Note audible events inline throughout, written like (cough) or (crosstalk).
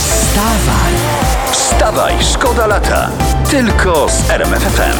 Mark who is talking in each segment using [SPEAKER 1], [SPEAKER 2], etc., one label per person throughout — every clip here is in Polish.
[SPEAKER 1] Wstawaj,
[SPEAKER 2] Wstawaj, szkoda lata. Tylko z RMFFM.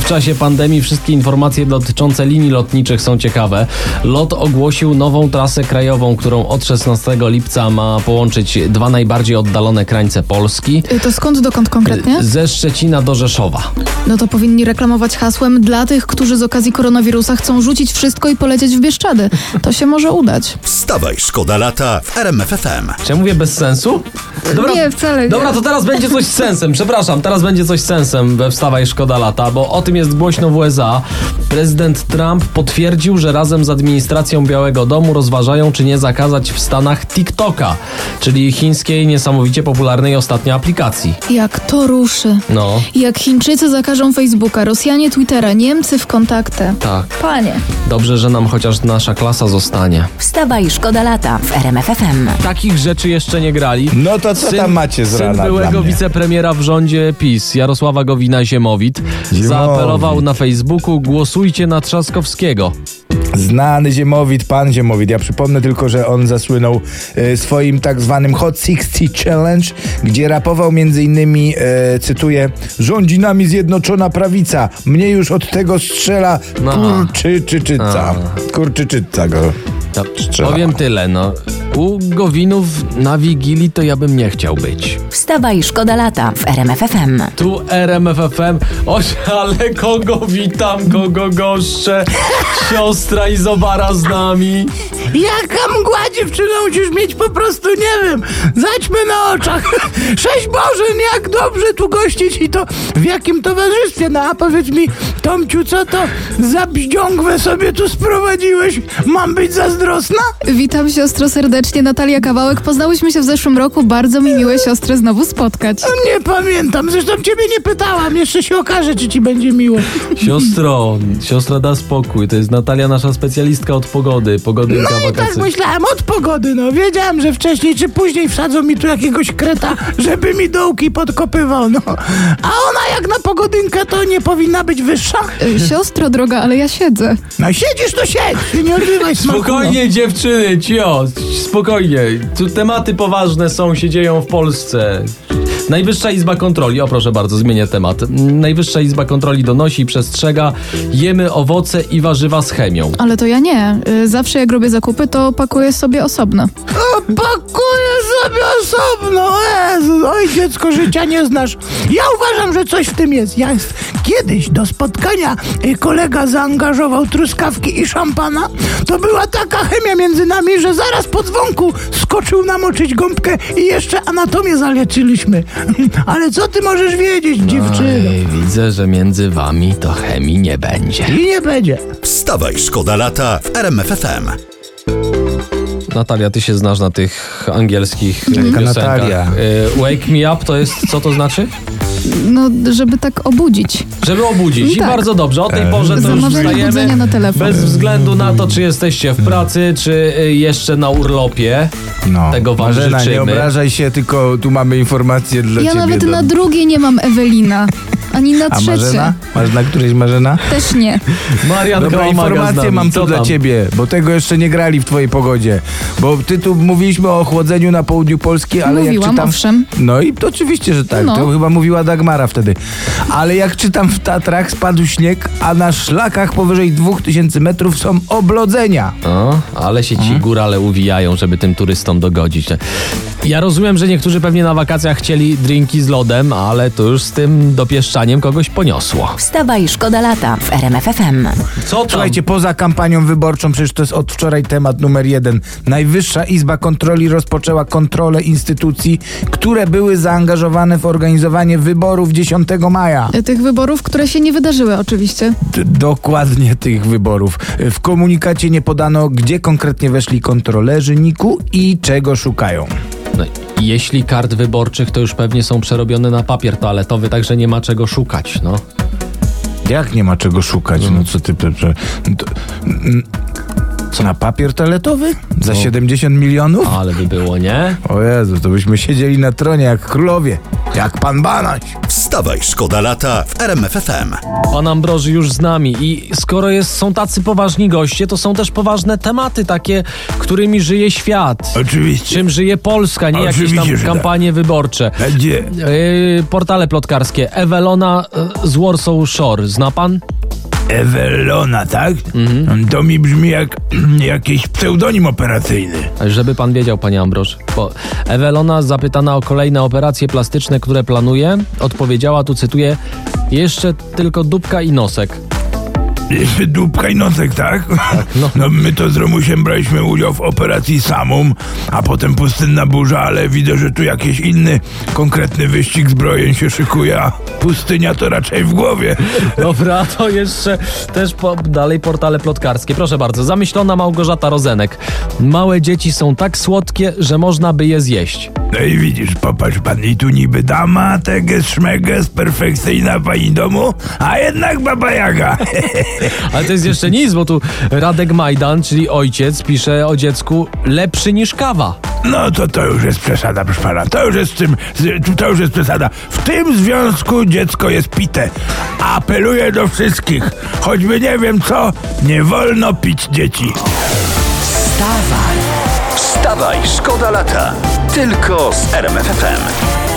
[SPEAKER 3] W czasie pandemii wszystkie informacje dotyczące linii lotniczych są ciekawe. Lot ogłosił nową trasę krajową, którą od 16 lipca ma połączyć dwa najbardziej oddalone krańce Polski.
[SPEAKER 4] Y, To skąd dokąd konkretnie?
[SPEAKER 3] Ze Szczecina do Rzeszowa.
[SPEAKER 4] No to powinni reklamować hasłem dla tych, którzy z okazji koronawirusa chcą rzucić wszystko i polecieć w Bieszczady. To się może udać.
[SPEAKER 2] Wstawaj, szkoda lata w RMFFM.
[SPEAKER 3] Czy ja mówię bez sensu? Dobra,
[SPEAKER 4] Nie, wcale nie.
[SPEAKER 3] Dobra, to teraz będzie coś z sensem, przepraszam, teraz będzie coś z sensem we Wstawaj Szkoda Lata, bo o tym jest głośno w USA. Prezydent Trump potwierdził, że razem z administracją Białego Domu rozważają, czy nie zakazać w Stanach TikToka, czyli chińskiej niesamowicie popularnej ostatnio aplikacji.
[SPEAKER 4] Jak to ruszy.
[SPEAKER 3] No,
[SPEAKER 4] Jak Chińczycy zakażą Facebooka, Rosjanie Twittera, Niemcy w kontaktę.
[SPEAKER 3] tak.
[SPEAKER 4] Panie.
[SPEAKER 3] Dobrze, że nam chociaż nasza klasa zostanie.
[SPEAKER 5] Wstawa i szkoda lata w RMFFM.
[SPEAKER 3] Takich rzeczy jeszcze nie grali.
[SPEAKER 6] No to co tam macie z
[SPEAKER 3] syn
[SPEAKER 6] rana dla
[SPEAKER 3] byłego
[SPEAKER 6] mnie?
[SPEAKER 3] wicepremiera w rządzie PiS, Jarosława Gowina-Ziemowit,
[SPEAKER 6] Ziemowit.
[SPEAKER 3] zaapelował na Facebooku głosujcie na Trzaskowskiego.
[SPEAKER 6] Znany Ziemowit, pan Ziemowit. Ja przypomnę tylko, że on zasłynął e, swoim tak zwanym Hot 60 Challenge, gdzie rapował między innymi, e, cytuję, rządzi nami Zjednoczona Prawica, mnie już od tego strzela
[SPEAKER 3] No.
[SPEAKER 6] kurczyczyca. Kurczyczyca go.
[SPEAKER 3] No,
[SPEAKER 6] Strzelała.
[SPEAKER 3] Powiem tyle, no. U Gowinów na Wigilii to ja bym nie chciał być.
[SPEAKER 5] Wstawa i szkoda lata w RMFFM.
[SPEAKER 3] Tu RMFFM, oś, ale kogo witam, kogo goszczę, siostra Izobara z nami.
[SPEAKER 7] Jaka mgła dziewczyna musisz mieć po prostu, nie wiem, zaćmy na oczach. (laughs) Sześć Bożyn, jak dobrze tu gościć i to w jakim towarzystwie. No a powiedz mi, Tomciu, co to za bździągwę sobie tu sprowadziłeś? Mam być zazdrosna?
[SPEAKER 4] Witam siostro serdecznie, Natalia Kawałek. Poznałyśmy się w zeszłym roku, bardzo mi miłe siostrę znowu spotkać.
[SPEAKER 7] Nie pamiętam, zresztą ciebie nie pytałam, jeszcze się okaże, czy ci będzie miło.
[SPEAKER 3] Siostro, siostra da spokój, to jest Natalia, nasza specjalistka od pogody, pogodynka
[SPEAKER 7] No i tak
[SPEAKER 3] wakacyjna.
[SPEAKER 7] myślałem od pogody, no. Wiedziałem, że wcześniej czy później wsadzą mi tu jakiegoś kreta, żeby mi dołki podkopywał, no. A ona jak na pogodynkę to nie powinna być wyższa?
[SPEAKER 4] Y, Siostro droga, ale ja siedzę.
[SPEAKER 7] No siedzisz, to siedź, ty nie odrywaj smaku, no.
[SPEAKER 3] Spokojnie dziewczyny, cio, spokojnie. Tu tematy poważne są, się dzieją w Polsce. Najwyższa Izba Kontroli, o proszę bardzo, zmienię temat. Najwyższa Izba Kontroli donosi i przestrzega, jemy owoce i warzywa z chemią.
[SPEAKER 4] Ale to ja nie. Y, Zawsze jak robię zakupy, to pakuję sobie osobno.
[SPEAKER 7] No. Pakuję sobie osobno, Jezu, oj dziecko, życia nie znasz. Ja uważam, że coś w tym jest. Ja jest. Kiedyś do spotkania y, kolega zaangażował truskawki i szampana. To była taka chemia między nami, że zaraz po dzwonku skoczył namoczyć gąbkę i jeszcze anatomię zaleczyliśmy. (laughs) Ale co ty możesz wiedzieć, dziewczyno?
[SPEAKER 3] widzę, że między wami to chemii nie będzie.
[SPEAKER 7] I nie będzie.
[SPEAKER 2] Wstawaj, szkoda lata w RMFFM.
[SPEAKER 3] Natalia, ty się znasz na tych angielskich piosenkach.
[SPEAKER 6] Natalia.
[SPEAKER 3] Y, Wake me up to jest, co to znaczy?
[SPEAKER 4] No, żeby tak obudzić.
[SPEAKER 3] Żeby obudzić. I
[SPEAKER 4] Tak.
[SPEAKER 3] bardzo dobrze. O tej
[SPEAKER 6] E.
[SPEAKER 3] porze to już
[SPEAKER 4] Zamawiam
[SPEAKER 3] wstajemy.
[SPEAKER 4] budzenia na telefon.
[SPEAKER 3] Bez względu na to, czy jesteście w pracy, czy y, jeszcze na urlopie.
[SPEAKER 6] No.
[SPEAKER 3] Tego wam
[SPEAKER 6] Marzena,
[SPEAKER 3] życzymy.
[SPEAKER 6] nie obrażaj się, tylko tu mamy informacje dla
[SPEAKER 4] Ja
[SPEAKER 6] ciebie.
[SPEAKER 4] nawet
[SPEAKER 6] do-
[SPEAKER 4] na drugie nie mam Ewelina. Ani na
[SPEAKER 6] A
[SPEAKER 4] trzecie.
[SPEAKER 6] Marzena? Masz na którejś Marzena?
[SPEAKER 4] Też nie.
[SPEAKER 3] Marianka
[SPEAKER 6] Dobra,
[SPEAKER 3] Omaga z
[SPEAKER 6] informację
[SPEAKER 3] nami.
[SPEAKER 6] mam
[SPEAKER 3] Co
[SPEAKER 6] tu dla
[SPEAKER 3] tam?
[SPEAKER 6] ciebie, bo tego jeszcze nie grali w twojej pogodzie. Bo ty tu mówiliśmy o chłodzeniu na południu Polski, ale jak
[SPEAKER 4] Mówiłam,
[SPEAKER 6] czytam...
[SPEAKER 4] owszem.
[SPEAKER 6] No i to oczywiście, że tak.
[SPEAKER 4] No.
[SPEAKER 6] To chyba mówiła Dagmara wtedy. Ale jak czytam w Tatrach, spadł śnieg, a na szlakach powyżej 2000 metrów są oblodzenia.
[SPEAKER 3] O, ale się
[SPEAKER 6] Mhm.
[SPEAKER 3] ci górale uwijają, żeby tym turystom dogodzić. Ja rozumiem, że niektórzy pewnie na wakacjach chcieli drinki z lodem, ale to już z tym dopieszczaniem zdaniem kogoś poniosło.
[SPEAKER 5] Wstawaj, szkoda lata w RMFFM.
[SPEAKER 3] Co tam?
[SPEAKER 6] Słuchajcie, poza kampanią wyborczą, przecież to jest od wczoraj temat numer jeden. Najwyższa Izba Kontroli rozpoczęła kontrolę instytucji, które były zaangażowane w organizowanie wyborów 10 maja.
[SPEAKER 4] Tych wyborów, które się nie wydarzyły oczywiście.
[SPEAKER 6] D- dokładnie tych wyborów. W komunikacie nie podano, gdzie konkretnie weszli kontrolerzy NIK-u i czego szukają.
[SPEAKER 3] No, jeśli kart wyborczych, to już pewnie są przerobione na papier toaletowy, także nie ma czego szukać, no.
[SPEAKER 6] Jak nie ma czego szukać? No co ty... ty- ty- to- mm, Co na papier toaletowy? Za 70 milionów?
[SPEAKER 3] Ale by było, nie?
[SPEAKER 6] O Jezu, to byśmy siedzieli na tronie jak królowie, jak pan Banaś.
[SPEAKER 2] Wstawaj, szkoda lata w RMFFM.
[SPEAKER 3] Pan Ambroży już z nami i skoro jest, są tacy poważni goście, to są też poważne tematy takie, którymi żyje świat.
[SPEAKER 6] Oczywiście.
[SPEAKER 3] Czym żyje Polska, nie jakieś
[SPEAKER 6] Oczywiście, że
[SPEAKER 3] tam
[SPEAKER 6] tak.
[SPEAKER 3] kampanie wyborcze.
[SPEAKER 6] Gdzie?
[SPEAKER 3] Yy, portale plotkarskie. Ewelona yy, z Warsaw Shore. Zna pan?
[SPEAKER 6] Ewelona, tak? To mi brzmi jak (clears throat) jakiś pseudonim operacyjny.
[SPEAKER 3] Żeby pan wiedział, panie Ambroż, bo Ewelona zapytana o kolejne operacje plastyczne, które planuje, odpowiedziała, tu cytuję, jeszcze tylko dupka i nosek.
[SPEAKER 1] Jeszcze dupka i nosek, tak?
[SPEAKER 3] no.
[SPEAKER 1] no. my to z Romusiem braliśmy udział w operacji Samum, a potem pustynna burza, ale widzę, że tu jakiś inny, konkretny wyścig zbrojeń się szykuje, a pustynia to raczej w głowie.
[SPEAKER 3] Dobra, to jeszcze też po, dalej portale plotkarskie. Proszę bardzo, zamyślona Małgorzata Rozenek. Małe dzieci są tak słodkie, że można by je zjeść.
[SPEAKER 1] No i widzisz, popatrz pan, i tu niby dama, teges szmeges, perfekcyjna pani domu, a jednak baba jaga. (laughs)
[SPEAKER 3] Ale to jest jeszcze nic, bo tu Radek Majdan, czyli ojciec, pisze o dziecku lepszy niż kawa.
[SPEAKER 1] No to to już jest przesada, proszę pana. To już jest w tym, z- to już jest przesada. W tym związku dziecko jest pite. Apeluję do wszystkich, choćby nie wiem co, nie wolno pić dzieci.
[SPEAKER 2] Wstawaj, szkoda lata. Tylko z RMFFM.